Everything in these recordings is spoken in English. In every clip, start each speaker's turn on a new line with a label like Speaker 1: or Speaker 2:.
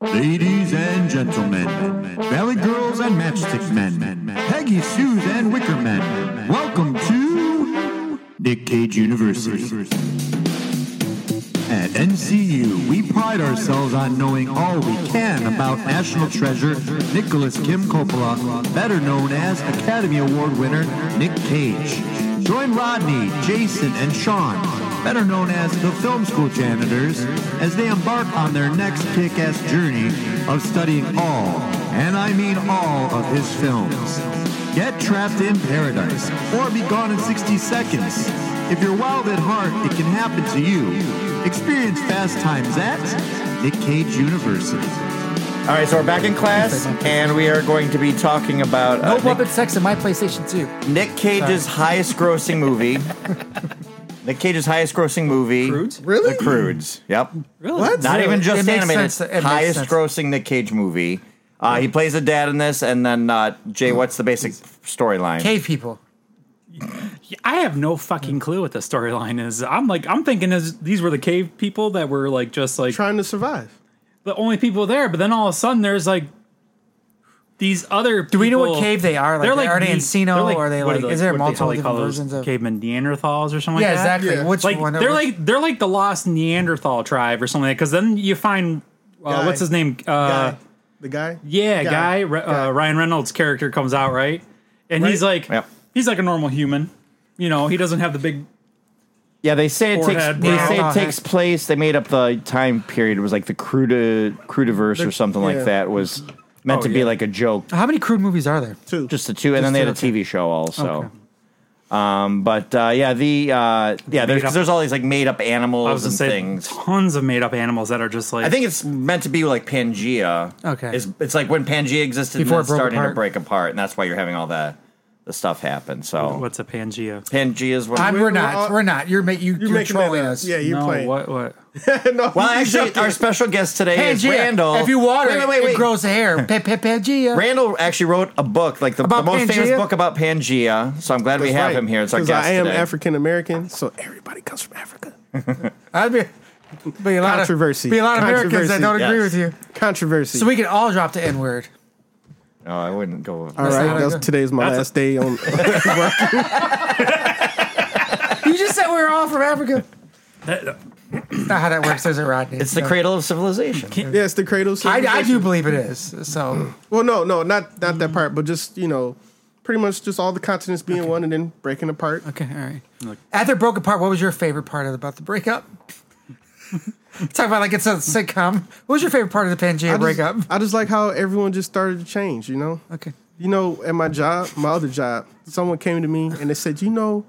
Speaker 1: Ladies and gentlemen, Valley Girls and Matchstick Men, Peggy Sue's and Wicker Men, welcome to Nick Cage University. At NCU, we pride ourselves on knowing all we can about national treasure Nicholas Kim Coppola, better known as Academy Award winner Nick Cage. Join Rodney, Jason, and Sean, better known as the film school janitors, as they embark on their next kick-ass journey of studying all, and I mean all, of his films. Get trapped in paradise or be gone in 60 seconds. If you're wild at heart, it can happen to you. Experience fast times at Nick Cage University.
Speaker 2: All right, so we're back in class, and we are going to be talking about
Speaker 3: No
Speaker 2: uh,
Speaker 3: puppet sex in my PlayStation 2.
Speaker 2: Nick, Nick Cage's highest-grossing movie. Nick Cage's highest-grossing movie.
Speaker 4: Crudes?
Speaker 5: Really?
Speaker 2: The Crudes. Yep.
Speaker 4: Really? What?
Speaker 2: Not even
Speaker 3: It
Speaker 2: just
Speaker 3: makes
Speaker 2: animated.
Speaker 3: sense. It makes sense.
Speaker 2: highest-grossing Nick Cage movie. Uh, he plays a dad in this, and then uh, Jay, what's the basic storyline?
Speaker 3: Cave people.
Speaker 4: I have no fucking clue what the storyline is. I'm like, I'm thinking is these were the cave people that were like just like
Speaker 5: Trying to survive.
Speaker 4: the only people there, but then all of a sudden there's like these other. Do
Speaker 3: we know what cave they are? Like, are they Encino, or are they, like- is there multiple different versions of-
Speaker 4: cavemen Neanderthals or something?
Speaker 3: Yeah,
Speaker 4: like that?
Speaker 3: exactly.
Speaker 5: Yeah.
Speaker 3: Which
Speaker 4: Like
Speaker 3: one?
Speaker 4: they're
Speaker 3: which-
Speaker 4: like they're like the lost Neanderthal tribe or something. Because then you find uh,
Speaker 5: Guy.
Speaker 4: what's his name? Uh,
Speaker 5: guy. The guy?
Speaker 4: Yeah,
Speaker 5: Guy.
Speaker 4: guy, Re Uh, Ryan Reynolds' character comes out right, and he's like,
Speaker 2: Yep.
Speaker 4: he's like a normal human. You know, he doesn't have the big.
Speaker 2: Yeah, they say it takes.
Speaker 4: Forehead,
Speaker 2: They
Speaker 4: brow.
Speaker 2: say it
Speaker 3: Forehead.
Speaker 2: takes place. They made up the time period. It was like the crude, crudiverse or something
Speaker 5: yeah.
Speaker 2: like that. Was meant to be like a joke,
Speaker 3: How many crude movies are there?
Speaker 5: Two.
Speaker 2: just the two, and then they had a
Speaker 3: two, okay.
Speaker 2: TV show also. Um, but uh, yeah, the uh, yeah, there's
Speaker 4: Made up-
Speaker 2: 'cause there's all these like made up
Speaker 4: I was
Speaker 2: animals
Speaker 4: gonna
Speaker 2: and
Speaker 4: say
Speaker 2: things.
Speaker 4: tons of made up animals that are just like.
Speaker 2: I think it's meant to be like Pangea.
Speaker 3: Okay.
Speaker 2: it's, it's like when Pangea existed
Speaker 3: Before
Speaker 2: Before and
Speaker 3: it
Speaker 2: then
Speaker 3: broke
Speaker 2: starting to
Speaker 3: apart.
Speaker 2: break apart, and that's why you're having all the the stuff happen. So
Speaker 4: oh, what's a Pangea?
Speaker 2: Pangea is what.
Speaker 3: I'm, we're,
Speaker 5: we're
Speaker 3: not.
Speaker 5: all-
Speaker 3: we're not. You're, ma- you,
Speaker 5: You're
Speaker 3: you're
Speaker 5: making that
Speaker 3: trolling
Speaker 5: up.
Speaker 3: us.
Speaker 5: Yeah, you're
Speaker 4: no,
Speaker 5: playing.
Speaker 4: what what?
Speaker 5: no,
Speaker 2: well,
Speaker 5: you
Speaker 2: actually,
Speaker 5: suck
Speaker 2: our
Speaker 5: it.
Speaker 2: special guest today is
Speaker 3: Pangea.
Speaker 2: Randall.
Speaker 3: If you water
Speaker 2: wait,
Speaker 3: it,
Speaker 2: wait, wait,
Speaker 3: it
Speaker 2: wait.
Speaker 3: grows hair. Pa- pa- Pangea.
Speaker 2: Randall actually wrote a book, like the, the
Speaker 3: About
Speaker 2: most famous
Speaker 3: Pangea?
Speaker 2: book about Pangea. So I'm glad we
Speaker 5: That's
Speaker 2: have
Speaker 5: right.
Speaker 2: him here. It's our
Speaker 5: 'Cause
Speaker 2: guest
Speaker 5: I am
Speaker 2: today.
Speaker 5: African American, so everybody comes from Africa.
Speaker 3: That'd be, be a lot
Speaker 5: Controversy.
Speaker 3: Of, be a lot of Americans that don't
Speaker 2: Controversy,
Speaker 3: agree
Speaker 2: yes.
Speaker 3: with you.
Speaker 5: Controversy.
Speaker 3: So we can all drop the N word.
Speaker 2: No, I wouldn't go.
Speaker 5: all
Speaker 3: That's
Speaker 5: right,
Speaker 3: not
Speaker 5: that's,
Speaker 3: good.
Speaker 5: today's my
Speaker 4: That's a-
Speaker 5: last day on.
Speaker 3: You just said we were all from Africa.
Speaker 4: That-
Speaker 3: That's not how that works, is it, Rodney?
Speaker 2: It's the
Speaker 3: No.
Speaker 2: cradle of civilization.
Speaker 5: yes, the cradle. of
Speaker 3: I, I do
Speaker 5: civilization.
Speaker 3: believe it is. So
Speaker 5: Well, no, no, not not that part, but just you know, pretty much just all the continents being one and then breaking apart.
Speaker 3: okay, all right. After broke apart, what was your favorite part of about the breakup? Talk about like it's a sitcom. What was your favorite part of the Pangea
Speaker 5: I just-
Speaker 3: breakup?
Speaker 5: I just like how everyone just started to change. You know.
Speaker 3: Okay.
Speaker 5: You know, at my job, my other job, someone came to me and they said, "You know,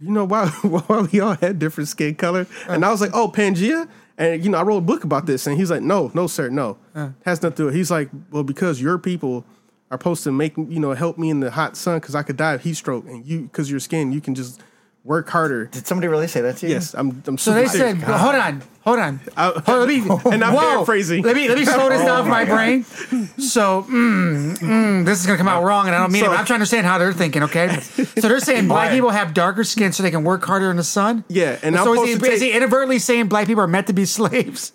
Speaker 5: you know why why we all had different skin color?" And I was like, "Oh, Pangea." And you know, I wrote a book about this, and he's like, "No, no, sir, no,
Speaker 3: Uh.
Speaker 5: has nothing to do." It. He's like, "Well, because your people are supposed to make you know help me in the hot sun because I could die of heat stroke, and you because your skin, you can just work harder."
Speaker 2: Did somebody really say that to you?
Speaker 5: Yes, I'm. I'm
Speaker 3: So they said, well, hold on, hold on. Hold- let me,
Speaker 5: and I'm
Speaker 3: whoa,
Speaker 5: paraphrasing.
Speaker 3: Let me let me slow this down for
Speaker 2: my
Speaker 3: my brain. So mm, mm, this is gonna come out wrong, and I don't mean it.
Speaker 5: So-
Speaker 3: but I'm trying to understand how they're thinking. Okay, so they're saying black
Speaker 2: Right.
Speaker 3: people have darker skin so they can work harder in the sun.
Speaker 5: Yeah, and I'm
Speaker 3: so is he,
Speaker 5: supposed to
Speaker 3: is he
Speaker 5: take-
Speaker 3: inadvertently saying black people are meant to be slaves?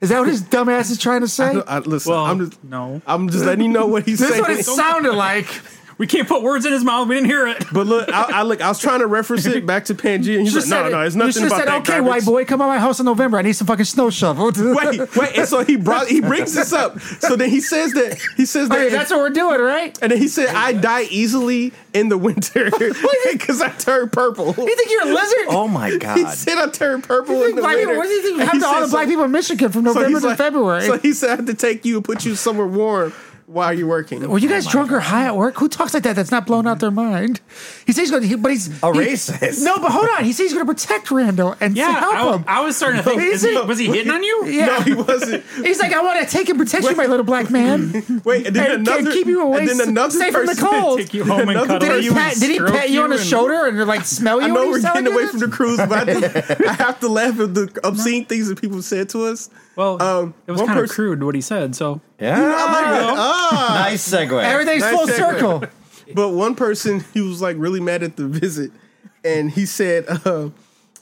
Speaker 3: Is that what his dumbass is trying to say?
Speaker 5: I, listen,
Speaker 4: Well,
Speaker 5: I'm just
Speaker 4: no.
Speaker 5: I'm just letting you know what he's
Speaker 3: this is
Speaker 5: saying.
Speaker 3: what it sounded like.
Speaker 4: we can't put words in his mouth. We didn't hear it.
Speaker 5: But look, I, I look. I was trying to reference it back to Pangea, and he's like,
Speaker 3: Should've
Speaker 5: "No,
Speaker 3: said-
Speaker 5: no, it's
Speaker 3: you
Speaker 5: nothing
Speaker 3: should've
Speaker 5: about
Speaker 3: said,
Speaker 5: that."
Speaker 3: okay,
Speaker 5: garbage."
Speaker 3: white boy, come by my house in November. I need some fucking snow shovel.
Speaker 5: Wait, wait. And so he brought. He brings this up. So then he says that. He says that.
Speaker 3: Okay, that's what we're doing, right?
Speaker 5: and then he said, "I die easily in the winter because I turn purple."
Speaker 3: You think you're a lizard?
Speaker 2: Oh my
Speaker 5: He
Speaker 2: god.
Speaker 5: said, "I turn purple in the
Speaker 3: Black
Speaker 5: winter."
Speaker 3: people, what do you think
Speaker 5: And
Speaker 3: happened
Speaker 5: he
Speaker 3: to all
Speaker 5: said,
Speaker 3: the black
Speaker 5: so-
Speaker 3: people in Michigan from
Speaker 5: so he's
Speaker 3: November to
Speaker 5: like-
Speaker 3: February?
Speaker 5: So he said, "I have to take you and put you somewhere warm while you're working."
Speaker 3: were you guys drunk or high at work? Who talks like that? That's not blown out their mind. He says he's going to, but he's
Speaker 2: A
Speaker 3: he-
Speaker 2: racist.
Speaker 3: No, but hold on. He says he's going to protect Randall and
Speaker 4: Yeah,
Speaker 3: help
Speaker 4: I,
Speaker 3: him.
Speaker 4: I was starting to think. is he, was he hitting on you?
Speaker 3: yeah,
Speaker 5: No, he wasn't.
Speaker 3: he's like, I want to take and protect you, my little black man. and,
Speaker 5: Wait, and then
Speaker 3: and
Speaker 5: another.
Speaker 3: keep you away,
Speaker 5: And then another
Speaker 3: safe from the
Speaker 5: person.
Speaker 3: cold.
Speaker 4: Take you home and
Speaker 5: Another
Speaker 4: cuddle
Speaker 3: Did he
Speaker 4: you. and
Speaker 3: pat, did he
Speaker 4: stroke
Speaker 3: pat you on the
Speaker 4: and-
Speaker 3: shoulder and like smell you?
Speaker 5: I
Speaker 3: when
Speaker 5: know
Speaker 3: he's
Speaker 5: we're
Speaker 3: telling
Speaker 5: getting
Speaker 3: you
Speaker 5: away
Speaker 3: this?
Speaker 5: from the cruise, but I, just, I have to laugh at the obscene things that people said to us.
Speaker 4: Well,
Speaker 5: Um,
Speaker 4: it was
Speaker 5: one
Speaker 4: kind of
Speaker 5: person-
Speaker 4: crude what he said. So
Speaker 2: Yeah.
Speaker 3: Ah.
Speaker 2: nice segue.
Speaker 3: Everything's
Speaker 5: Nice
Speaker 3: full
Speaker 5: segue.
Speaker 3: circle.
Speaker 5: But one person, he was like really mad at the visit, and he said, uh,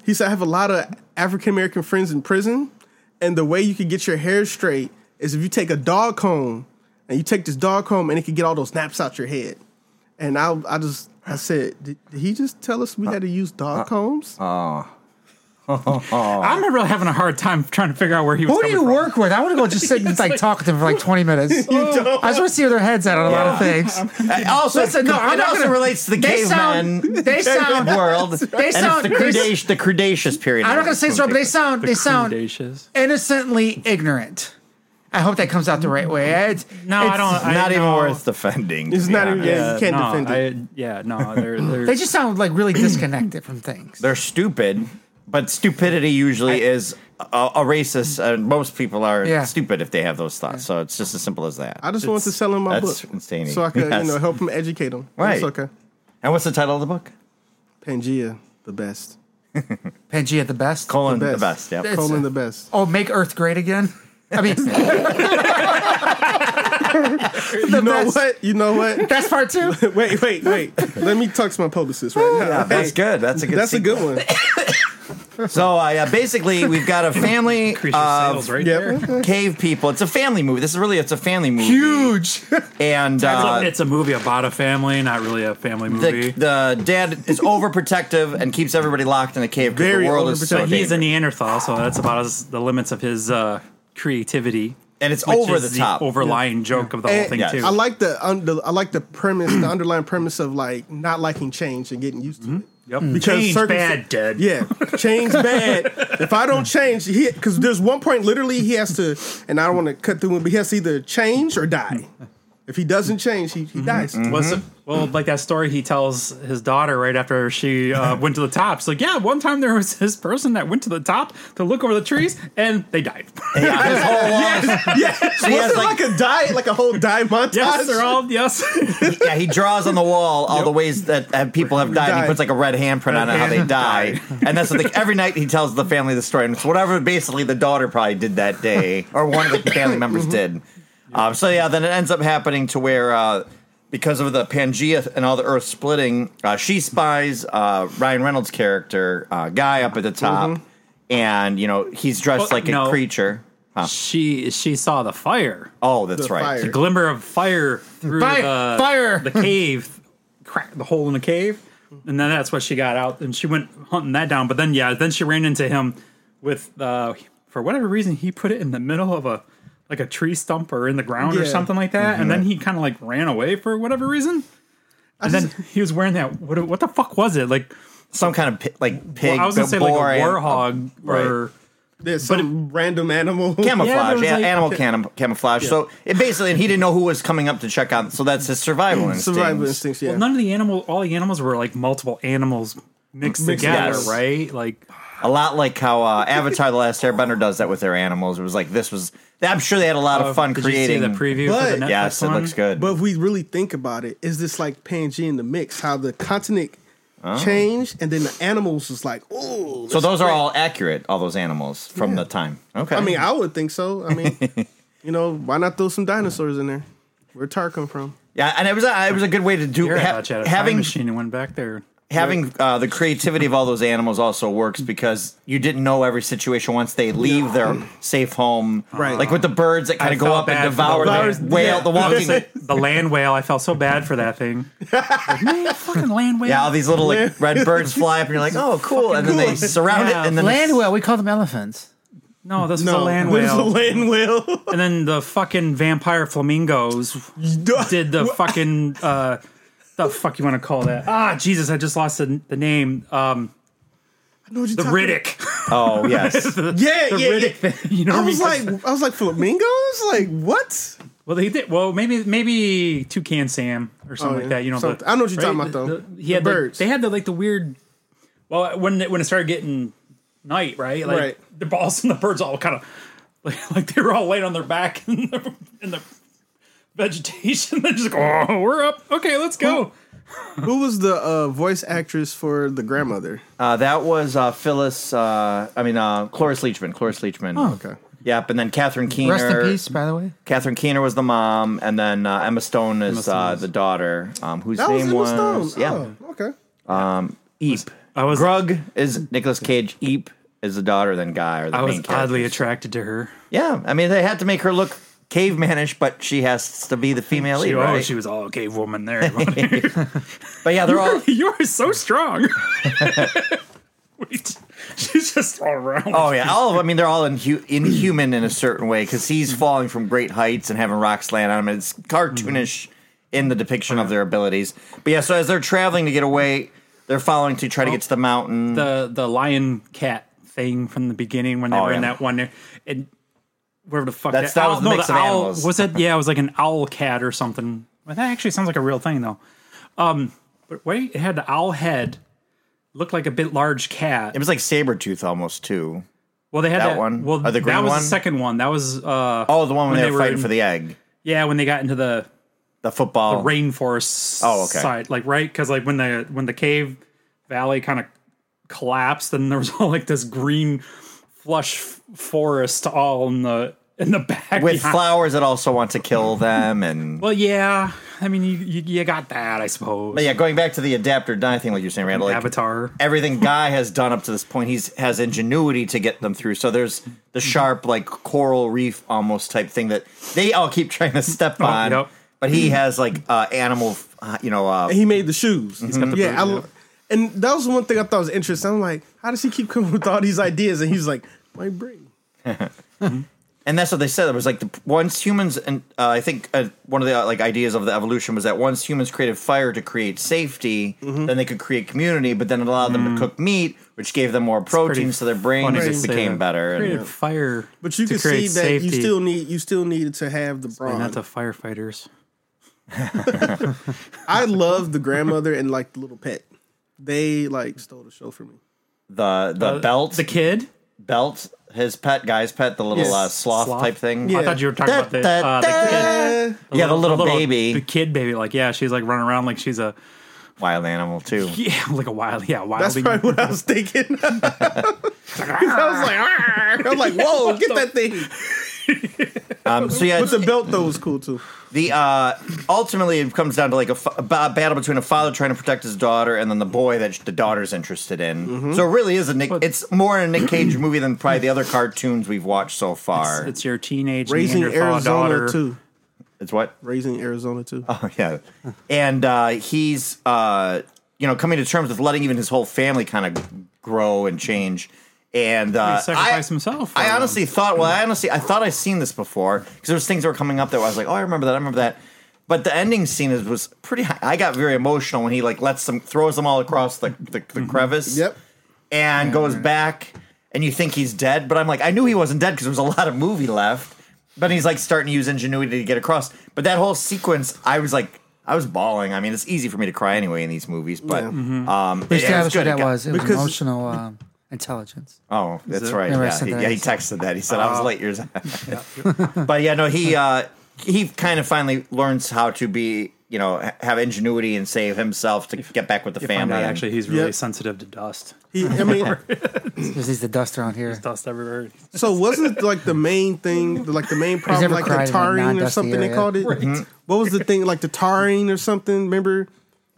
Speaker 5: "He said I have a lot of African American friends in prison, and the way you can get your hair straight is if you take a dog comb and you take this dog comb and it can get all those naps out your head. And I, I just, I said, did, did he just tell us we had to use dog combs?
Speaker 4: I remember having a hard time trying to figure out where he was.
Speaker 3: Who do
Speaker 4: coming
Speaker 3: you
Speaker 4: from.
Speaker 3: work with? I want to go just sit and like talk with them for like 20 minutes. I just want to see where their heads at on a lot of things.
Speaker 2: It Uh, also,
Speaker 3: Listen, no,
Speaker 2: it
Speaker 3: I'm not
Speaker 2: also
Speaker 3: gonna-
Speaker 2: relates to the
Speaker 3: they sound-
Speaker 2: caveman
Speaker 3: they sound-
Speaker 2: world.
Speaker 3: they sound-
Speaker 2: and it's the, creda- the Cretaceous period.
Speaker 3: I'm not going to say so, but they sound they sound
Speaker 4: Crudaceous.
Speaker 3: innocently ignorant. I hope that comes out the right way. It's,
Speaker 4: No, I
Speaker 3: it's-
Speaker 4: don't. I,
Speaker 2: not even
Speaker 4: no.
Speaker 2: worth defending. to
Speaker 5: It's
Speaker 2: be
Speaker 5: not even-
Speaker 2: honest.
Speaker 5: yeah. You can't
Speaker 4: no,
Speaker 5: defend it.
Speaker 4: I- yeah, no, they're, they're,
Speaker 3: They just sound like really disconnected from things.
Speaker 2: They're stupid, but stupidity usually is a, a racist, and most people are
Speaker 3: Yeah.
Speaker 2: stupid if they have those thoughts. So it's just as simple as that.
Speaker 5: I just
Speaker 2: It's-
Speaker 5: wanted to sell him my
Speaker 2: that's
Speaker 5: book.
Speaker 2: insane.
Speaker 5: So I could,
Speaker 2: Yes.
Speaker 5: you know, help him educate him.
Speaker 2: Right.
Speaker 5: It's okay.
Speaker 2: And what's the title of the book?
Speaker 5: Pangea, the best.
Speaker 3: Pangea at the best.
Speaker 2: Colon the
Speaker 5: The
Speaker 2: best.
Speaker 5: best.
Speaker 2: yep.
Speaker 3: It's-
Speaker 5: Colon, the best.
Speaker 3: Oh, make Earth great again. I mean, the
Speaker 5: You know
Speaker 3: best.
Speaker 5: what? You know what?
Speaker 3: That's part two.
Speaker 5: wait, wait, wait. Let me talk to my publicist right now.
Speaker 2: Yeah, that's
Speaker 5: Hey,
Speaker 2: good. That's a good.
Speaker 5: That's a
Speaker 2: sequel.
Speaker 5: good one.
Speaker 2: So uh, yeah, basically, we've got a family
Speaker 3: Um,
Speaker 4: increase your sales
Speaker 2: of
Speaker 4: right
Speaker 5: Yep.
Speaker 4: there.
Speaker 2: cave people. It's a family movie. This is really it's a family movie.
Speaker 3: Huge.
Speaker 2: And uh,
Speaker 4: it's a movie about a family, not really a family movie.
Speaker 2: the, the dad is overprotective and keeps everybody locked in a cave because the
Speaker 5: Very
Speaker 2: world is so
Speaker 4: but he's a
Speaker 2: dangerous.
Speaker 4: Neanderthal, so that's about as, the limits of his uh, creativity.
Speaker 2: And it's
Speaker 4: which
Speaker 2: over
Speaker 4: is
Speaker 2: the top.
Speaker 4: overlying joke of the whole
Speaker 5: And
Speaker 4: thing
Speaker 2: yes.
Speaker 4: too.
Speaker 5: I like the under, I like the premise, the underlying premise of like not liking change and getting used to it.
Speaker 4: Mm-hmm. Yep.
Speaker 5: Because
Speaker 4: Change
Speaker 5: circumsta-
Speaker 4: bad, dead.
Speaker 5: Yeah, change bad. If I don't change, he because there's one point literally he has to, and I don't want to cut through him, but he has to either change or die. If he doesn't change, he,
Speaker 4: Mm-hmm.
Speaker 5: he dies.
Speaker 2: Mm-hmm.
Speaker 4: Was well, like that story he tells his daughter right after she uh, went to the top. It's like, yeah, one time there was this person that went to the top to look over the trees, and they died.
Speaker 2: Yeah, his whole life-
Speaker 4: Mm-hmm.
Speaker 5: Yeah, so
Speaker 2: he has,
Speaker 5: wasn't like,
Speaker 2: like-
Speaker 5: a diet, like a whole diet montage.
Speaker 4: yes, they're all yes.
Speaker 2: yeah, he draws on the wall all the ways that uh, people have died. He
Speaker 5: Died.
Speaker 2: puts like a red handprint on it, how they
Speaker 4: hand
Speaker 2: died. and that's the thing. Every night he tells the family the story, and it's whatever basically the daughter probably did that day, or one of the family
Speaker 4: Mm-hmm.
Speaker 2: members did. Um, so yeah, then it ends up happening to where. Uh, because of the Pangea and all the Earth splitting, uh, she spies uh, Ryan Reynolds' character uh, guy up at the top, and you know he's dressed
Speaker 4: Mm-hmm. Well,
Speaker 2: like a
Speaker 4: no.
Speaker 2: creature. Huh.
Speaker 4: she she saw the fire,
Speaker 2: Oh, that's
Speaker 5: The
Speaker 2: right.
Speaker 5: fire.
Speaker 4: glimmer of fire through
Speaker 3: Fire,
Speaker 4: the
Speaker 3: fire.
Speaker 4: the cave, crack the hole in the cave, and then that's what she got out, and she went hunting that down. But then yeah, then she ran into him with uh, for whatever reason he put it in the middle of a like a tree stump or in the ground or
Speaker 5: Yeah.
Speaker 4: something like that, and then he kind of like ran away for whatever reason, and then he was wearing that what what the fuck was it like?
Speaker 2: Some kind of pi- like pig,
Speaker 4: Well, I was gonna say like
Speaker 2: boar
Speaker 4: a
Speaker 2: and-
Speaker 4: warhog or.
Speaker 5: There's some random animal.
Speaker 4: Yeah, there
Speaker 2: camouflage,
Speaker 4: was
Speaker 2: yeah,
Speaker 4: like-
Speaker 2: animal cam- camouflage. So it basically, and he didn't know who was coming up to check on. So that's his survival instinct.
Speaker 5: survival instincts. Yeah,
Speaker 4: Well, none of the animal, all the animals were like multiple animals mixed,
Speaker 5: Mixed
Speaker 4: together,
Speaker 2: together.
Speaker 4: right? Like,
Speaker 2: A lot like how uh, Avatar: The Last Airbender does that with their animals. It was like this was. I'm sure they had a lot of fun
Speaker 4: Uh, did
Speaker 2: creating.
Speaker 4: You see the preview for
Speaker 5: But-
Speaker 4: the Netflix
Speaker 2: yes, it
Speaker 4: one?
Speaker 2: looks good.
Speaker 5: But if we really think about it, is this like Pangea in the mix? How the continent Oh. changed, and then the animals was like, oh.
Speaker 2: so those are all accurate. All those animals from the time. Okay.
Speaker 5: I mean, I would think so. I mean, you know, why not throw some dinosaurs in there? Where tar come from?
Speaker 2: yeah, and it was a, it was a good way to do
Speaker 4: You're
Speaker 2: ha-
Speaker 4: about you had a time
Speaker 2: having
Speaker 4: machine and went back there.
Speaker 2: having uh, the creativity of all those animals also works because you didn't know every situation once they leave their safe home.
Speaker 5: Right.
Speaker 2: Like with the birds that kind
Speaker 4: I
Speaker 2: of go
Speaker 4: felt
Speaker 2: up and
Speaker 4: bad for
Speaker 2: devour
Speaker 4: the
Speaker 2: the,
Speaker 4: birds.
Speaker 2: whale,
Speaker 5: Yeah.
Speaker 2: the walking.
Speaker 4: the land whale, I felt so bad for that thing. Like, Man, fucking land whale.
Speaker 2: Yeah, all these little like red birds fly up, and you're like, "Oh, cool!" And then they surround
Speaker 4: Yeah.
Speaker 2: it, and then
Speaker 3: Land whale. We call them elephants.
Speaker 4: no, this was a land
Speaker 5: there's a
Speaker 4: whale.
Speaker 5: land whale.
Speaker 4: and then the fucking vampire flamingos did the fucking uh, the fuck you want to call that? Ah, Jesus, I just lost the, the name. Um,
Speaker 5: I know what you're
Speaker 4: the
Speaker 5: talking
Speaker 4: Riddick.
Speaker 2: oh yes,
Speaker 5: about. Yeah,
Speaker 4: The
Speaker 5: yeah,
Speaker 4: Riddick
Speaker 5: yeah.
Speaker 4: thing. You know what I
Speaker 5: I
Speaker 4: mean?
Speaker 5: was like, I was like flamingos. Like what?
Speaker 4: Well, they did. Well, maybe maybe Toucan Sam or something
Speaker 5: Oh,
Speaker 4: like
Speaker 5: yeah.
Speaker 4: that. You know,
Speaker 5: Something-
Speaker 4: the-
Speaker 5: I know what you're talking about,
Speaker 4: The-
Speaker 5: though.
Speaker 4: the- he
Speaker 5: The
Speaker 4: had the-
Speaker 5: birds.
Speaker 4: they had the like the weird. Well, when it, when it started getting night, right? Like
Speaker 5: Right.
Speaker 4: the balls and the birds all kind of like, like they were all laying on their back in the in the vegetation. They're just like, oh, we're up. Okay, let's go.
Speaker 5: Who was the uh, voice actress for the grandmother?
Speaker 2: uh, that was uh, Phyllis. Uh, I mean, uh, Cloris Leachman. Cloris Leachman.
Speaker 5: Okay,
Speaker 2: Yep, and then Catherine Keener.
Speaker 3: Rest in peace, by the way.
Speaker 2: Catherine Keener was the mom, and then uh, Emma Stone is uh, the daughter, um, whose
Speaker 5: that was
Speaker 2: name
Speaker 5: Emma
Speaker 2: was,
Speaker 5: Stone.
Speaker 2: yeah
Speaker 5: Oh, okay.
Speaker 2: Eep.
Speaker 4: I was
Speaker 2: Grug is Nicolas Cage. Eep is the daughter, then Guy or the
Speaker 4: I
Speaker 2: main
Speaker 4: was
Speaker 2: character.
Speaker 4: oddly attracted to her.
Speaker 2: Yeah, I mean they had to make her look cavemanish, but she has to be the female lead,
Speaker 4: She, oh,
Speaker 2: right?
Speaker 4: she was all cave woman there. buddy.
Speaker 2: but yeah, they're all.
Speaker 4: You're so strong. Wait, she's just all around.
Speaker 2: Oh yeah, all of. I mean, they're all inhu- inhuman in a certain way because he's falling from great heights and having rocks land on him. It's cartoonish in the depiction of their abilities. But yeah, so as they're traveling to get away, they're following to try to get to the mountain.
Speaker 4: the the lion cat thing from the beginning when they
Speaker 2: Oh,
Speaker 4: were in
Speaker 2: yeah.
Speaker 4: that one there and wherever the fuck
Speaker 2: That's- that was a mix of
Speaker 4: owl
Speaker 2: animals.
Speaker 4: was it yeah it was like an owl cat or something well, that actually sounds like a real thing though um but wait it had the owl head looked like a bit large cat
Speaker 2: it was like saber tooth almost too.
Speaker 4: well they had
Speaker 2: that
Speaker 4: that,
Speaker 2: one?
Speaker 4: well
Speaker 2: Or the green
Speaker 4: that was
Speaker 2: one?
Speaker 4: the second one that was uh
Speaker 2: Oh, the one when,
Speaker 4: When
Speaker 2: they,
Speaker 4: they
Speaker 2: were
Speaker 4: were
Speaker 2: fighting
Speaker 4: in-
Speaker 2: for the egg,
Speaker 4: yeah when they got into the
Speaker 2: the football.
Speaker 4: rainforest
Speaker 2: Oh, okay.
Speaker 4: side like right because like when the when the cave valley kind of collapsed and there was all like this green flush f- forest all in the in the back
Speaker 2: with
Speaker 4: behind-
Speaker 2: flowers that also want to kill them and
Speaker 4: well yeah i mean you, you you got that i suppose
Speaker 2: but yeah going back to the adapter die thing like you're saying randall like
Speaker 4: avatar
Speaker 2: everything guy has done up to this point he's has ingenuity to get them through so there's
Speaker 4: Mhm.
Speaker 2: the sharp like coral reef almost type thing that they all keep trying to step on
Speaker 4: Oh, yep. Mm.
Speaker 2: but he has like uh animal uh, you know uh
Speaker 5: And he made the shoes.
Speaker 4: the
Speaker 5: yeah,
Speaker 4: boot,
Speaker 5: I-
Speaker 4: yeah.
Speaker 5: and that was one thing I thought was interesting. I'm like, how does he keep coming with all these ideas? And he's like, my brain.
Speaker 2: and that's what they said. It was like the, once humans, and uh, I think uh, one of the uh, like ideas of the evolution was that once humans created fire to create safety,
Speaker 4: Mm-hmm.
Speaker 2: then they could create community. But then it allowed them to cook meat, which gave them more protein, so their brains
Speaker 4: Mm. funny to
Speaker 2: just
Speaker 4: say
Speaker 2: became
Speaker 4: that.
Speaker 2: better. and-
Speaker 4: created fire
Speaker 5: But you
Speaker 4: to
Speaker 5: can see
Speaker 4: create
Speaker 5: that
Speaker 4: safety.
Speaker 5: you still need you still needed to have the
Speaker 4: and
Speaker 5: brawn.
Speaker 4: that's a firefighters
Speaker 5: I love the grandmother and like the little pet. They like stole the show from me.
Speaker 2: the the belt,
Speaker 4: Uh, the kid
Speaker 2: belt, his pet, guy's pet, the little
Speaker 5: Yes.
Speaker 2: uh, sloth,
Speaker 4: Sloth?
Speaker 2: type thing.
Speaker 4: i
Speaker 5: Yeah.
Speaker 4: thought you were talking about the,
Speaker 2: Da, da,
Speaker 4: uh, the kid
Speaker 5: Eh,
Speaker 2: yeah, the little, baby,
Speaker 4: the kid baby, like yeah, she's like running around like she's a
Speaker 2: wild animal too.
Speaker 4: yeah, like a wild, yeah, wild.
Speaker 5: that's probably what I was thinking. 'Cause I was like, "Arr." I'm like, whoa, get that thing.
Speaker 2: Um, so yeah,
Speaker 5: But the belt though was cool too.
Speaker 2: the uh, ultimately it comes down to like a, fa- a ba- battle between a father trying to protect his daughter and then the boy that sh- the daughter's interested in. So it really is a Nick. It's more a Nick Cage movie than probably the other cartoons we've watched so far. It's,
Speaker 4: It's your teenage
Speaker 5: Raising
Speaker 4: Neanderthal
Speaker 5: Arizona
Speaker 4: daughter.
Speaker 5: too.
Speaker 2: what?
Speaker 5: Raising Arizona too.
Speaker 2: Oh yeah, and uh, he's uh, you know coming to terms with letting even his whole family kind of grow and change. And uh,
Speaker 4: sacrificed
Speaker 2: I-
Speaker 4: himself for
Speaker 2: I
Speaker 4: them.
Speaker 2: honestly thought. Well, I honestly I thought I'd seen this before because there was things that were coming up that I was like, oh, I remember that. I remember that. But the ending scene is, was pretty. high. I got very emotional when he like lets them throws them all across the the, the crevice.
Speaker 5: Mm-hmm. Yep.
Speaker 2: And goes back, and you think he's dead, but I'm like, I knew he wasn't dead because there was a lot of movie left. But he's like starting to use ingenuity to get across. But that whole sequence, I was like, I was bawling. I mean, it's easy for me to cry anyway in these movies, but
Speaker 5: Yeah. Mm-hmm.
Speaker 2: um, it- it,
Speaker 3: We
Speaker 2: was
Speaker 3: established
Speaker 2: good.
Speaker 3: what that
Speaker 2: It got-
Speaker 3: was. It was
Speaker 5: because-
Speaker 3: emotional um, intelligence.
Speaker 2: Oh, that's
Speaker 4: it?
Speaker 2: right.
Speaker 3: Remember I
Speaker 2: Yeah.
Speaker 3: said
Speaker 2: He,
Speaker 3: that,
Speaker 2: yeah,
Speaker 3: I
Speaker 2: he
Speaker 3: said-
Speaker 2: texted that. He said I
Speaker 5: Oh.
Speaker 2: was late years. but yeah, no, he uh, he kind of finally learns how to be, you know, ha- have ingenuity and save himself to get back with the
Speaker 4: You find
Speaker 2: family.
Speaker 4: out
Speaker 2: and-
Speaker 4: actually he's really
Speaker 5: Yep.
Speaker 4: sensitive to dust.
Speaker 5: He, I mean,
Speaker 3: Because he's the dust around here.
Speaker 4: Dust everywhere.
Speaker 5: So wasn't like the main thing, like the main problem,
Speaker 3: ever
Speaker 5: like
Speaker 3: cried
Speaker 5: the
Speaker 3: in a
Speaker 5: tarring or
Speaker 3: non-dusty
Speaker 5: something they
Speaker 3: area.
Speaker 5: called it? Mm-hmm. What was the thing, like the tarring or something? Remember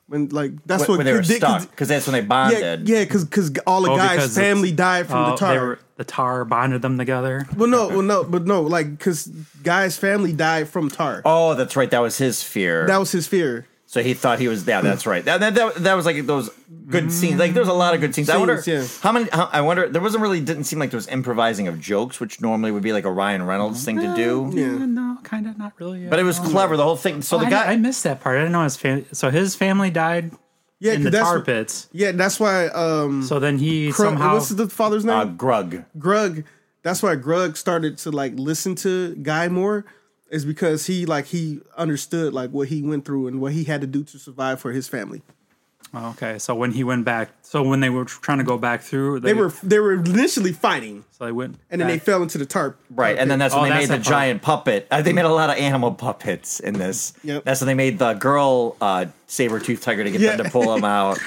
Speaker 5: when, like
Speaker 2: when,
Speaker 5: that's what
Speaker 2: when they were
Speaker 5: did-
Speaker 2: stuck because that's when they
Speaker 5: Yeah,
Speaker 2: bonded.
Speaker 5: yeah, because all the
Speaker 4: Oh,
Speaker 5: guys'
Speaker 4: because it's-
Speaker 5: family died from
Speaker 4: Oh,
Speaker 5: the
Speaker 4: they
Speaker 5: tar.
Speaker 4: were, the tar bonded them together.
Speaker 5: well, no, well, no, but no, like because guys' family died from tar.
Speaker 2: Oh, that's right. That was his fear.
Speaker 5: That was his fear.
Speaker 2: so he thought he was. Yeah, that's right. That that, that, that was like those good scenes. Like there's a lot of good scenes. I wonder
Speaker 5: Mm. Scenes, yeah.
Speaker 2: how many. How, I wonder there wasn't really didn't seem like there was improvising of jokes, which normally would be like a Ryan Reynolds thing to do.
Speaker 5: Yeah.
Speaker 4: no, kind of not really.
Speaker 2: But it was clever. The whole thing. So
Speaker 3: Oh,
Speaker 4: the
Speaker 2: the
Speaker 4: I,
Speaker 2: guy.
Speaker 4: I missed that part. I didn't know his family. So his family died
Speaker 5: Yeah,
Speaker 4: in
Speaker 5: 'cause
Speaker 4: the
Speaker 5: that's
Speaker 4: tar
Speaker 5: what-
Speaker 4: pits.
Speaker 5: Yeah, that's why. Um,
Speaker 4: So then he
Speaker 5: Krug-
Speaker 4: somehow.
Speaker 5: what's the father's name?
Speaker 2: uh, Grug.
Speaker 5: Grug, that's why Grug started to like listen to Guy more is because he like he understood like what he went through and what he had to do to survive for his family.
Speaker 4: oh, okay, so when he went back, so when they were trying to go back through,
Speaker 5: They were they were initially fighting
Speaker 4: So they went,
Speaker 5: and then they
Speaker 4: back.
Speaker 5: fell into the tarp.
Speaker 2: Right, and then that's
Speaker 4: Oh,
Speaker 2: when they
Speaker 4: that's
Speaker 2: made the
Speaker 4: that part.
Speaker 2: giant puppet. Uh, they made a lot of animal puppets in this.
Speaker 5: Yep.
Speaker 2: That's when they made the girl uh, saber tooth tiger to get
Speaker 5: Yeah.
Speaker 2: them to pull him out.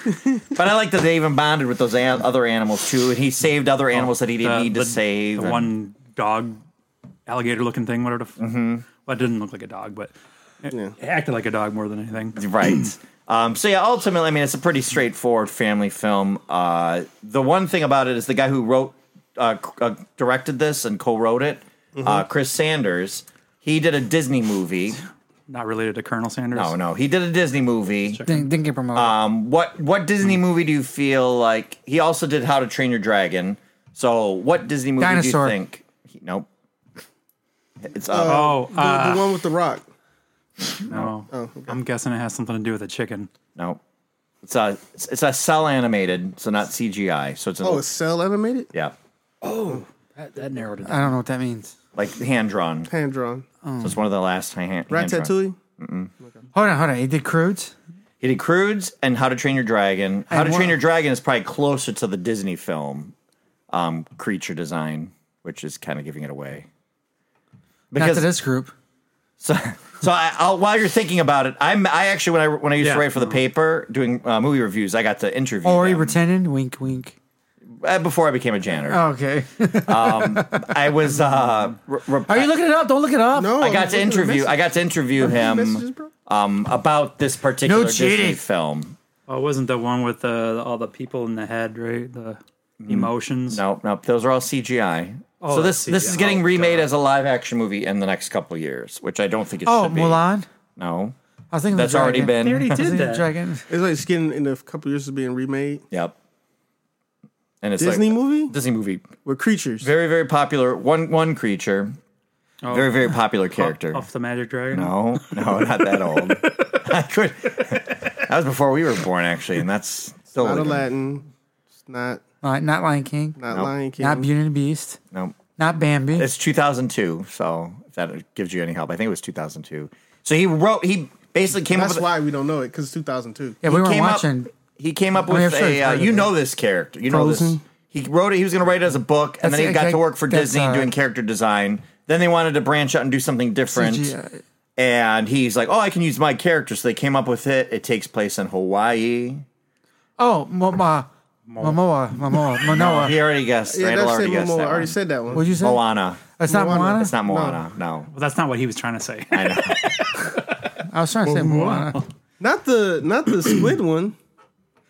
Speaker 2: but I like that they even bonded with those an- other animals too, and he saved other animals that he didn't
Speaker 4: Oh, the-
Speaker 2: need to
Speaker 4: the-
Speaker 2: save.
Speaker 4: The
Speaker 2: and-
Speaker 4: one dog, alligator looking thing, whatever. The f-
Speaker 2: Mm-hmm.
Speaker 4: Well, it didn't look like a dog, but it, it acted like a dog more than anything.
Speaker 2: right. Um, so yeah, ultimately, I mean, it's a pretty straightforward family film. Uh, the one thing about it is the guy
Speaker 4: Mm-hmm.
Speaker 2: who wrote, uh, c- uh, directed this, and co-wrote it, uh, Chris Sanders. He did a Disney movie.
Speaker 4: Not related to Colonel Sanders.
Speaker 2: No, no, he did a Disney movie.
Speaker 3: Didn't, didn't get promoted.
Speaker 2: Um, what what Disney movie do you feel like? He also did How to Train Your Dragon. So, what Disney movie
Speaker 3: Dinosaur.
Speaker 2: do you think? He, nope. It's uh,
Speaker 4: Oh,
Speaker 5: The,
Speaker 4: uh,
Speaker 5: the one with the rock.
Speaker 4: no. I'm guessing it has something to do with a chicken.
Speaker 2: nope. It's a it's, it's a cell animated, so not CGI. So it's an,
Speaker 5: Oh, it's cell animated,
Speaker 2: yeah,
Speaker 4: That, that narrowed it.
Speaker 3: I don't know what that means.
Speaker 2: like hand drawn. So
Speaker 5: hand drawn.
Speaker 2: it's one of the last hand, Oh, hand drawn.
Speaker 5: Ratatouille.
Speaker 3: Hold on, hold on. He did Crudes.
Speaker 2: He did Crudes and How to Train Your Dragon. How
Speaker 3: And
Speaker 2: to
Speaker 3: one-
Speaker 2: Train Your Dragon is probably closer to the Disney film um, creature design, which is kind of giving it away.
Speaker 3: Not to
Speaker 2: Because
Speaker 3: this group.
Speaker 2: so, so I, I'll, while you're thinking about it, I'm I actually when I when I used
Speaker 4: Yeah.
Speaker 2: to write for the paper doing uh, movie reviews, I got to interview
Speaker 3: Or he
Speaker 2: them.
Speaker 3: pretended. Wink, wink.
Speaker 2: Uh, before I became a janitor.
Speaker 3: Okay.
Speaker 2: I was uh, re- re-
Speaker 3: Are you looking it up? Don't look it up.
Speaker 5: No,
Speaker 2: I got to
Speaker 5: I'm looking at the
Speaker 2: interview. I
Speaker 5: message.
Speaker 2: got to interview
Speaker 5: messages,
Speaker 2: him
Speaker 5: bro?
Speaker 2: um, about this particular
Speaker 3: No
Speaker 2: Disney
Speaker 3: cheating.
Speaker 2: film.
Speaker 4: Oh, it wasn't the one with uh, the, all the people in the head, right? The emotions.
Speaker 2: Mm, No, no, those are all CGI.
Speaker 4: Oh,
Speaker 2: so this
Speaker 4: that's
Speaker 2: this
Speaker 4: CGI.
Speaker 2: is getting
Speaker 4: Oh,
Speaker 2: remade as a live action movie in the next couple of years, which I don't think it
Speaker 3: Oh,
Speaker 2: should be.
Speaker 3: Mulan. Oh,
Speaker 2: No,
Speaker 3: I was thinking of the
Speaker 2: that's already
Speaker 3: dragon.
Speaker 2: been.
Speaker 4: They already
Speaker 3: I was
Speaker 4: did
Speaker 3: thinking of the
Speaker 4: that.
Speaker 3: Dragon.
Speaker 5: It's like skin in a couple years is being remade.
Speaker 2: Yep. And it's
Speaker 5: Disney
Speaker 2: like,
Speaker 5: movie
Speaker 2: Disney movie.
Speaker 5: with creatures.
Speaker 2: Very very popular. One one creature. Very very popular character.
Speaker 4: Off the magic dragon.
Speaker 2: No, no, not that old. I could. That was before we were born, actually, and that's still
Speaker 5: Not Aladdin. It's not
Speaker 3: Li- not Lion King.
Speaker 5: not
Speaker 2: Nope.
Speaker 5: Lion King.
Speaker 3: Not Beauty and the Beast.
Speaker 2: no.
Speaker 3: Not Bambi.
Speaker 2: It's 2002, so if that gives you any help, I think it was 2002. So he wrote. He basically came up
Speaker 5: That's
Speaker 2: with.
Speaker 5: why we don't know it because 2002.
Speaker 3: yeah, we
Speaker 2: he
Speaker 3: weren't
Speaker 2: came up-
Speaker 3: watching.
Speaker 2: he came up
Speaker 3: I mean,
Speaker 2: with
Speaker 3: I'm sure
Speaker 2: a.
Speaker 3: he's
Speaker 2: Uh,
Speaker 3: heard of
Speaker 2: you
Speaker 3: it.
Speaker 2: know this character. You know this.
Speaker 5: Frozen?
Speaker 2: He wrote it. He was going to write it as a book, and
Speaker 3: That's
Speaker 2: then he
Speaker 3: the
Speaker 2: got to
Speaker 3: exact-
Speaker 2: work for
Speaker 3: that's,
Speaker 2: Disney
Speaker 3: uh,
Speaker 2: doing character design. Then they wanted to branch out and do something different.
Speaker 3: CGI.
Speaker 2: And he's like, "Oh, I can use my character." So they came up with it. It takes place in Hawaii.
Speaker 3: Oh, Mo- Ma- Momoa. Momoa. Monoa.
Speaker 2: He already guessed.
Speaker 5: Yeah,
Speaker 2: Randall
Speaker 5: that's it.
Speaker 2: already guessed
Speaker 5: Momoa. I
Speaker 2: that
Speaker 5: already
Speaker 2: one.
Speaker 5: said that one.
Speaker 3: What'd you say?
Speaker 2: Moana.
Speaker 3: It's not
Speaker 5: Moana.
Speaker 3: Moana.
Speaker 2: It's not Moana. No.
Speaker 4: Well, that's not what he was trying to say.
Speaker 2: I know.
Speaker 3: I was trying to say Moana.
Speaker 5: Not the not the squid one.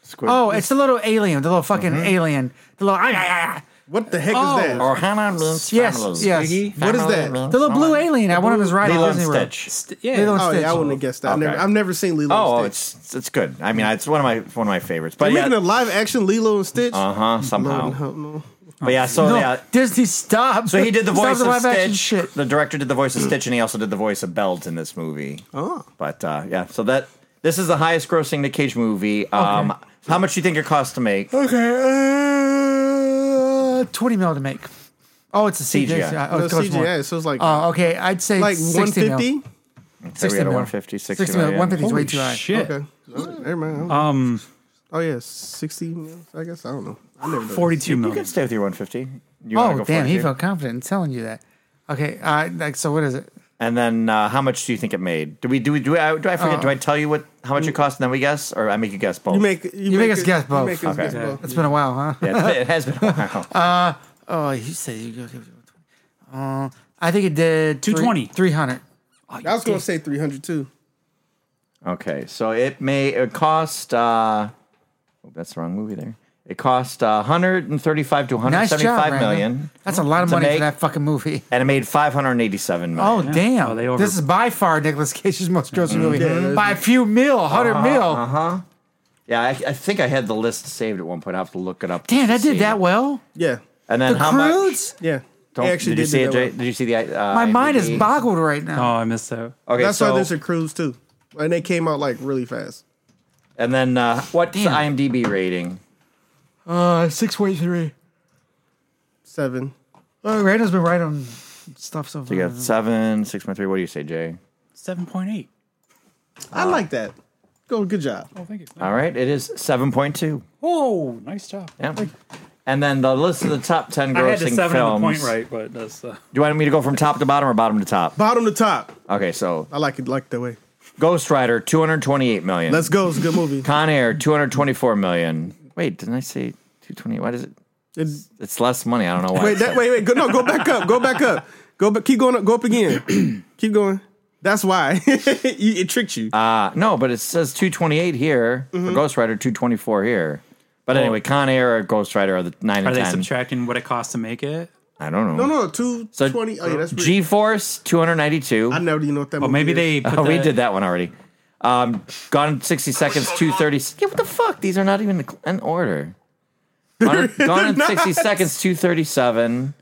Speaker 2: Squid-
Speaker 3: Oh, it's the little alien, the little fucking
Speaker 2: Mm-hmm.
Speaker 3: alien, the little ah, ah, ah.
Speaker 5: What the heck
Speaker 3: Oh.
Speaker 5: is that?
Speaker 2: Or Hannah Lund's
Speaker 3: Yes,
Speaker 2: Family.
Speaker 3: yes.
Speaker 2: Family
Speaker 5: What is that?
Speaker 2: Lund's
Speaker 3: the little blue
Speaker 2: Family.
Speaker 3: alien. I wanted his ride
Speaker 2: Lilo
Speaker 3: at
Speaker 2: and
Speaker 3: Disney World.
Speaker 2: Stitch.
Speaker 4: yeah.
Speaker 3: Lilo and
Speaker 5: Oh
Speaker 3: Stitch.
Speaker 5: yeah, I wouldn't have guessed that. I've
Speaker 2: Okay.
Speaker 5: never, I've never seen Lilo.
Speaker 2: Oh,
Speaker 5: and Stitch.
Speaker 2: it's it's- it's good. I mean, it's one of my one of my favorites. But
Speaker 5: They're
Speaker 2: yeah,
Speaker 5: making a live action Lilo and Stitch.
Speaker 2: uh huh. Somehow,
Speaker 5: No, no.
Speaker 2: but yeah. So
Speaker 3: no,
Speaker 2: yeah.
Speaker 3: Disney, stop.
Speaker 2: So he did the
Speaker 3: Stop
Speaker 2: voice of
Speaker 3: live-action
Speaker 2: Stitch.
Speaker 3: Shit.
Speaker 2: The director did the voice of Stitch, and he also did the voice of Belt in this movie.
Speaker 5: Oh.
Speaker 2: But uh, yeah, so that this is the highest grossing Nick Cage movie. Um, How much do you think it cost to make?
Speaker 5: Okay.
Speaker 3: Uh, Twenty mil to make. Oh, it's a CGI.
Speaker 2: CGI.
Speaker 3: Oh,
Speaker 5: Uh, no
Speaker 3: it costs more.
Speaker 5: CGI. So it's like
Speaker 3: Oh, okay. I'd say
Speaker 5: like one
Speaker 3: 60 mil.
Speaker 5: fifty.
Speaker 2: So we
Speaker 3: 60
Speaker 2: had a
Speaker 3: mil.
Speaker 2: 150, 60,
Speaker 3: 60 mil.
Speaker 2: million.
Speaker 3: 150 is way
Speaker 4: Holy
Speaker 3: too high.
Speaker 4: shit.
Speaker 5: Okay. All right, Never mind.
Speaker 4: Um,
Speaker 5: Oh yeah, sixty. mil, I guess I don't know. I never know.
Speaker 4: 42
Speaker 2: You can
Speaker 4: million.
Speaker 2: stay with your 150. You wanna
Speaker 3: Oh,
Speaker 2: go
Speaker 3: damn. He
Speaker 2: 42?
Speaker 3: felt confident in telling you that. Okay. Uh, like, so what is it?
Speaker 2: And then, uh, how much do you think it made? Do we do we do I, do I forget? do I tell you what how much it cost and then we guess, or I make you guess both?
Speaker 5: You make you,
Speaker 3: Uh, make us guess both.
Speaker 5: You make us
Speaker 2: Okay.
Speaker 5: guess both.
Speaker 3: It's been a while, huh?
Speaker 2: yeah, it has been a while.
Speaker 3: Oh, he said you go. Uh, I think it did three-
Speaker 4: 220.
Speaker 3: 300.
Speaker 5: I was gonna say three hundred too.
Speaker 2: Okay, so it may it cost. Uh, oh, that's the wrong movie there. It cost uh, 135 to
Speaker 3: Nice job,
Speaker 2: 175
Speaker 3: Randall.
Speaker 2: million,
Speaker 3: That's a lot of
Speaker 2: To
Speaker 3: money
Speaker 2: make-
Speaker 3: for that fucking movie.
Speaker 2: and it made 587 million.
Speaker 3: Oh damn!
Speaker 4: Oh, they over-
Speaker 3: this is by far Nicolas Cage's most grossing movie
Speaker 5: Yeah,
Speaker 3: by a few mil, 100 mil.
Speaker 2: yeah, I, I think I had the list saved at one point. I will have to look it up.
Speaker 3: Damn,
Speaker 2: to
Speaker 3: that
Speaker 2: see.
Speaker 3: did that well.
Speaker 5: Yeah,
Speaker 2: And
Speaker 3: The
Speaker 2: then how much?
Speaker 3: Croods.
Speaker 5: yeah.
Speaker 2: Don't-
Speaker 5: They
Speaker 2: did you
Speaker 5: do
Speaker 2: see it,
Speaker 5: that
Speaker 2: Jay?
Speaker 5: one.
Speaker 2: Did you see the? Uh,
Speaker 3: My mind is
Speaker 2: IMDb?
Speaker 3: boggled right
Speaker 4: Oh,
Speaker 3: now.
Speaker 4: I missed that.
Speaker 2: Okay,
Speaker 5: That's
Speaker 2: so,
Speaker 5: why there's a cruise too, and they came out like really fast.
Speaker 2: and then uh, what's the
Speaker 3: Damn.
Speaker 2: IMDb rating?
Speaker 3: Uh, six point three.
Speaker 5: Seven.
Speaker 3: Uh, Randall's been right on stuff so
Speaker 2: You
Speaker 3: far.
Speaker 2: got seven, six point three. What do you say, Jay?
Speaker 4: 7.8.
Speaker 2: Uh,
Speaker 5: I like that. Go, good job.
Speaker 4: Oh, thank you.
Speaker 2: All right, it is seven point two.
Speaker 4: Whoa, nice job.
Speaker 2: Yeah. And then the list of the top ten
Speaker 4: I had the
Speaker 2: grossing
Speaker 4: seven
Speaker 2: films.
Speaker 4: on the point right, but that's uh,
Speaker 2: Do you want me to go from top to bottom or bottom to top?
Speaker 5: Bottom to top.
Speaker 2: Okay, so
Speaker 5: I like it like that way.
Speaker 2: Ghost Rider, two hundred twenty-eight million.
Speaker 5: Let's go. It's a good movie.
Speaker 2: Con Air, two hundred twenty-four million. Wait, didn't I say two twenty? Why does it?
Speaker 5: It-
Speaker 2: It's less money. I don't know why.
Speaker 5: wait, that, wait, wait. Go, no, go back up. Go back up. Go back. Keep going up. Go up again. keep going. That's why You- it tricked you.
Speaker 2: Uh, no, but it says two twenty-eight here
Speaker 5: Mm-hmm.
Speaker 2: for Ghost Rider, two
Speaker 5: Oh.
Speaker 2: twenty-four here. But anyway, Con Air or Ghost Rider are the nine
Speaker 4: are
Speaker 2: and
Speaker 4: they
Speaker 2: ten.
Speaker 4: subtracting what it costs to make it?
Speaker 2: I don't know.
Speaker 5: No, no, two twenty. oh, yeah, that's pretty-
Speaker 2: G Force 292.
Speaker 5: I never even know what that.
Speaker 4: Well,
Speaker 5: movie
Speaker 4: maybe
Speaker 5: is.
Speaker 4: they. Put
Speaker 2: Oh, we
Speaker 4: that-
Speaker 2: did that one already. Um, Gone in 60 Seconds, 230. Yeah, what the fuck? These are not even in order. Gone, Gone in 60 Seconds, 237.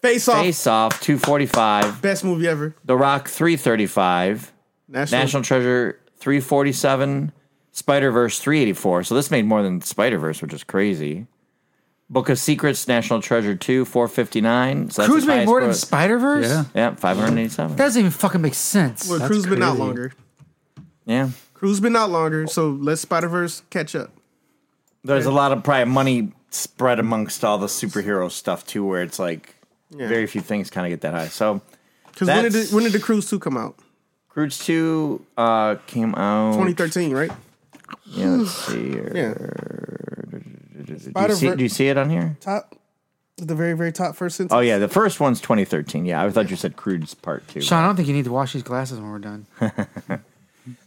Speaker 5: Face Off,
Speaker 2: Face Off, 245.
Speaker 5: best movie ever.
Speaker 2: The Rock, 335.
Speaker 5: National.
Speaker 2: National Treasure, 347. Spider Verse, 384. So this made more than Spider Verse, which is crazy. Book of Secrets, National Treasure 2, 459. So that's
Speaker 3: Cruise
Speaker 2: his
Speaker 3: made
Speaker 2: highest
Speaker 3: more than
Speaker 2: gross.
Speaker 3: Spider Verse.
Speaker 4: Yeah.
Speaker 2: Yeah, 587.
Speaker 3: That doesn't even fucking make sense.
Speaker 5: Well, Crew's been out
Speaker 4: crazy.
Speaker 5: longer.
Speaker 2: Yeah.
Speaker 5: Crew's been out longer, so let Spider Verse catch up.
Speaker 2: There's a lot of probably money spread amongst all the superhero stuff too, where it's like very few things kind of get that high. So
Speaker 5: Because when did
Speaker 2: That's-
Speaker 5: the, when did the Cruise two come out?
Speaker 2: Croods Two uh, came out.
Speaker 5: 2013, right?
Speaker 2: Yeah, let's see here.
Speaker 5: Yeah.
Speaker 2: Do, you
Speaker 5: Spider
Speaker 2: see, do you
Speaker 5: Verse
Speaker 2: see it on here?
Speaker 5: top, the very very top first sentence.
Speaker 2: Oh yeah, the first one's 2013. Yeah, I thought you said Croods Part Two.
Speaker 3: Sean, I don't think you need to wash these glasses when we're done.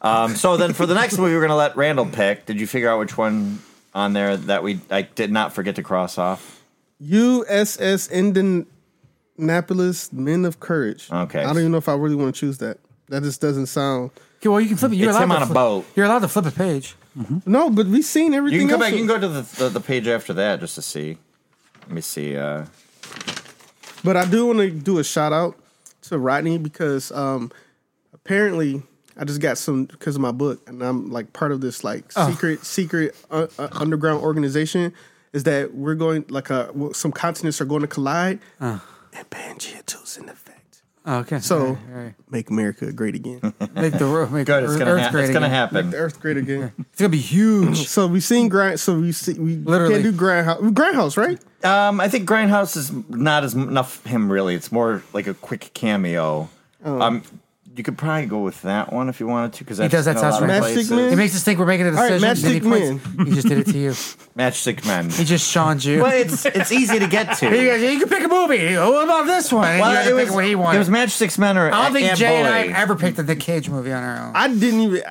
Speaker 2: Um, so then for the next movie, we're gonna let Randall pick. Did you figure out which one on there that we I did not forget to cross off?
Speaker 5: USS Indianapolis Men of Courage.
Speaker 2: Okay.
Speaker 5: I don't even know if I really want to choose that. That just doesn't sound.
Speaker 3: Okay, well, you can flip it. You're
Speaker 2: It's
Speaker 3: allowed
Speaker 2: him
Speaker 3: to
Speaker 2: on a
Speaker 3: flip-
Speaker 2: boat.
Speaker 3: You're allowed to flip a page.
Speaker 5: No, but we've seen everything.
Speaker 2: You can go
Speaker 5: else.
Speaker 2: back. You can go to the, the the page after that just to see. Let me see. Uh,
Speaker 5: But I do want to do a shout out to Rodney because um, apparently I just got some because of my book, and I'm like part of this like
Speaker 3: Oh.
Speaker 5: secret secret uh, uh, underground organization. Is that we're going like uh, well, some continents are going to collide, and Pangea 2's in effect.
Speaker 3: Oh, okay.
Speaker 5: So
Speaker 3: Uh. All right,
Speaker 5: make America great again,
Speaker 3: all right. make the ro- make
Speaker 2: good. It's
Speaker 3: Earth,
Speaker 2: gonna
Speaker 3: Earth
Speaker 2: hap-
Speaker 3: great
Speaker 2: It's gonna
Speaker 3: again.
Speaker 2: happen.
Speaker 5: the Earth great again.
Speaker 3: It's gonna be huge.
Speaker 5: So we seen grind. So we see we
Speaker 3: Literally.
Speaker 5: can't do grindhouse. Grindhouse, right?
Speaker 2: Um, I think Grindhouse is not as enough him really. It's more like a quick cameo. Um, you could probably go with that one if you wanted to because
Speaker 3: Oh. He does that sounds right.
Speaker 5: Matchstick
Speaker 3: It
Speaker 5: Man?
Speaker 3: makes us think we're making a
Speaker 5: right,
Speaker 3: decision. and then he,
Speaker 5: Matchstick
Speaker 3: points. he just did it to you.
Speaker 2: Matchstick Man.
Speaker 3: He just shoned you.
Speaker 2: well, it's it's easy to get to.
Speaker 3: You guys, you can pick a movie. Oh, What about this one? And you had
Speaker 2: Well,
Speaker 3: to
Speaker 2: it
Speaker 3: pick
Speaker 2: was,
Speaker 3: what he
Speaker 2: it
Speaker 3: wanted.
Speaker 2: was Matchstick Men or
Speaker 3: I don't think
Speaker 2: Aunt
Speaker 3: Jay and I
Speaker 2: Bully.
Speaker 3: ever picked a Nick Cage movie on our own.
Speaker 5: I didn't even.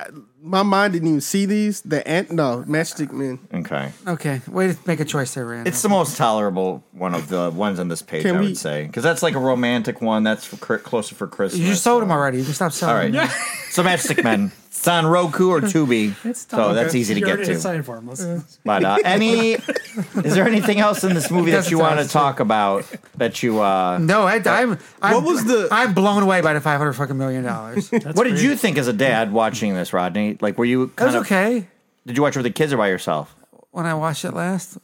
Speaker 5: My mind didn't even see these. The ant. No, Matchstick Man.
Speaker 2: Okay,
Speaker 3: okay, way to make a choice there, Randall.
Speaker 2: it's the most tolerable one of the ones on this page.
Speaker 5: Can
Speaker 2: I
Speaker 5: we-
Speaker 2: would say because that's like a romantic one. That's for, cr- closer for Christmas.
Speaker 3: you just sold him already. You can stop selling.
Speaker 2: All right.
Speaker 3: him.
Speaker 2: so Matchstick Men. It's on Roku or Tubi. so that's easy to
Speaker 4: You
Speaker 2: get
Speaker 4: already
Speaker 2: to.
Speaker 4: decided for him. Let's-
Speaker 2: But uh, any, is there anything else in this movie that
Speaker 3: Doesn't
Speaker 2: you want to
Speaker 3: sound
Speaker 2: talk about? That you, uh,
Speaker 3: No, I, I'm, I'm.
Speaker 5: What was the-
Speaker 3: I'm blown away by the five hundred fucking million dollars. It
Speaker 2: what did you think as a dad watching this, Rodney? Like, were you kind
Speaker 3: was
Speaker 2: of?
Speaker 3: okay
Speaker 2: Did you watch it with the kids or by yourself?
Speaker 3: when I watched it last.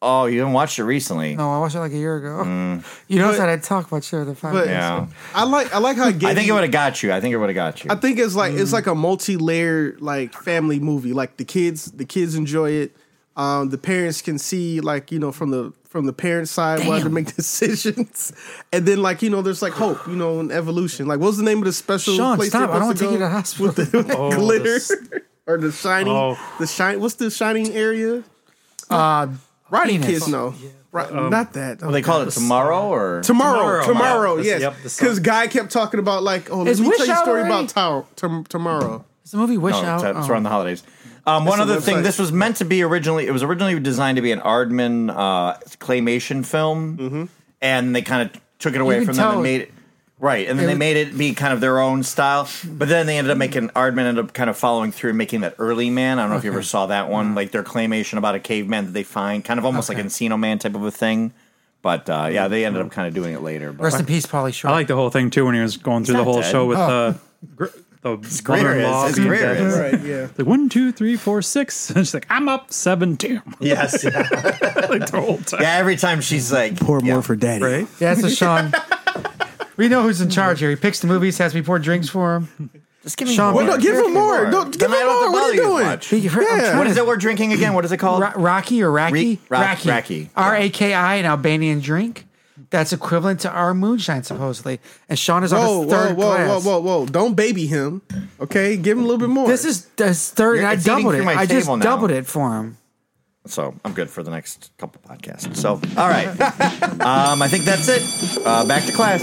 Speaker 2: Oh, you haven't watched it recently.
Speaker 3: No, I watched it like a year ago.
Speaker 2: Mm.
Speaker 3: You notice
Speaker 5: But-
Speaker 3: that I talk about shit with the five.
Speaker 5: But
Speaker 3: million.
Speaker 2: Yeah.
Speaker 5: I like. I like how.
Speaker 2: I think it
Speaker 5: Getty-
Speaker 2: would have got you. I think it would have got you.
Speaker 5: I think it's like it's like a multi-layered like family movie. Like the kids, the kids enjoy it. Um, the parents can see like you know from the from the parents' side why to make decisions, and then like you know there's like hope you know and evolution. Like what's the name of the special?
Speaker 3: Sean,
Speaker 5: place
Speaker 3: stop.
Speaker 5: they're
Speaker 3: I don't wanna take you
Speaker 5: supposed
Speaker 3: to the
Speaker 5: go
Speaker 3: hospital.
Speaker 5: with the
Speaker 4: Oh,
Speaker 5: glitter
Speaker 4: this-
Speaker 5: or the shining.
Speaker 4: Oh.
Speaker 5: The shine. What's the shining area?
Speaker 3: uh, Um,
Speaker 5: Riding
Speaker 3: Venus.
Speaker 5: kids no, right, not that.
Speaker 2: Well, they call it tomorrow or
Speaker 5: Tomorrow,
Speaker 4: Tomorrow.
Speaker 5: tomorrow,
Speaker 4: Wow.
Speaker 5: yes.
Speaker 4: Yep, the sun.
Speaker 5: Because guy kept talking about like, oh, let
Speaker 3: Is
Speaker 5: me
Speaker 3: Wish
Speaker 5: tell you a
Speaker 3: out
Speaker 5: story
Speaker 3: already?
Speaker 5: about tower, tom- tomorrow.
Speaker 3: It's the movie Wish
Speaker 2: No,
Speaker 3: Out.
Speaker 2: it's, it's
Speaker 3: oh.
Speaker 2: around the holidays. Um, one
Speaker 5: a
Speaker 2: other thing,
Speaker 5: website.
Speaker 2: this was meant to be originally. It was originally designed to be an Aardman uh, claymation film, and they kind of took it away
Speaker 3: can
Speaker 2: from them
Speaker 3: tell-
Speaker 2: and made it right. And then
Speaker 3: It
Speaker 2: they
Speaker 3: was-
Speaker 2: made it be kind of their own style. But then they ended up making Aardman ended up kind of following through and making that early man. I don't know if you ever saw that one, like their claymation about a caveman that they find, kind of almost
Speaker 3: Mm. Okay.
Speaker 2: like Encino Man type of a thing. But uh, yeah, they ended up kind of doing it later. But
Speaker 3: Rest in peace, Polly Shore.
Speaker 4: I like the whole thing too when he was going through
Speaker 2: not
Speaker 4: the whole
Speaker 2: dead.
Speaker 4: show with
Speaker 3: Oh.
Speaker 4: the the
Speaker 2: Greer
Speaker 4: mother-in-law
Speaker 2: is. It's
Speaker 4: being
Speaker 2: Greer
Speaker 4: dead.
Speaker 2: is.
Speaker 5: Right, yeah.
Speaker 4: Like one, two, three, four, six. And she's like, I'm up seven, two.
Speaker 2: yes, yeah.
Speaker 4: like the whole time.
Speaker 2: Every time she's like,
Speaker 5: Pour
Speaker 2: yeah.
Speaker 5: more for daddy.
Speaker 4: Right?
Speaker 3: yeah, so Sean. we know who's in charge here. He picks the movies, has me pour drinks for him.
Speaker 2: Just give me
Speaker 3: Sean,
Speaker 2: more.
Speaker 5: Well, no, give him more. Don't give
Speaker 2: Then I
Speaker 5: him
Speaker 2: don't have
Speaker 5: more.
Speaker 2: to
Speaker 5: What are you
Speaker 2: bother as
Speaker 5: doing?
Speaker 2: much.
Speaker 3: He- I'm
Speaker 5: Yeah.
Speaker 3: trying
Speaker 2: What
Speaker 3: to-
Speaker 2: is that we're drinking again? What is it called?
Speaker 3: Ro- Rocky or Raki?
Speaker 2: Re- Ra- Raki.
Speaker 3: R A K I, an Albanian drink. That's equivalent to our moonshine, supposedly. And Sean is on
Speaker 5: Whoa,
Speaker 3: his
Speaker 5: whoa,
Speaker 3: third
Speaker 5: whoa, whoa,
Speaker 3: glass.
Speaker 5: whoa, whoa! Don't baby him. Okay, give him a little bit more.
Speaker 3: This is his third,
Speaker 2: You're-
Speaker 3: and I
Speaker 2: it's eating
Speaker 3: doubled it.
Speaker 2: through my
Speaker 3: I just
Speaker 2: table now.
Speaker 3: doubled it for him.
Speaker 2: So I'm good for the next couple podcasts. So all right, um, I think that's it. Uh, back to class.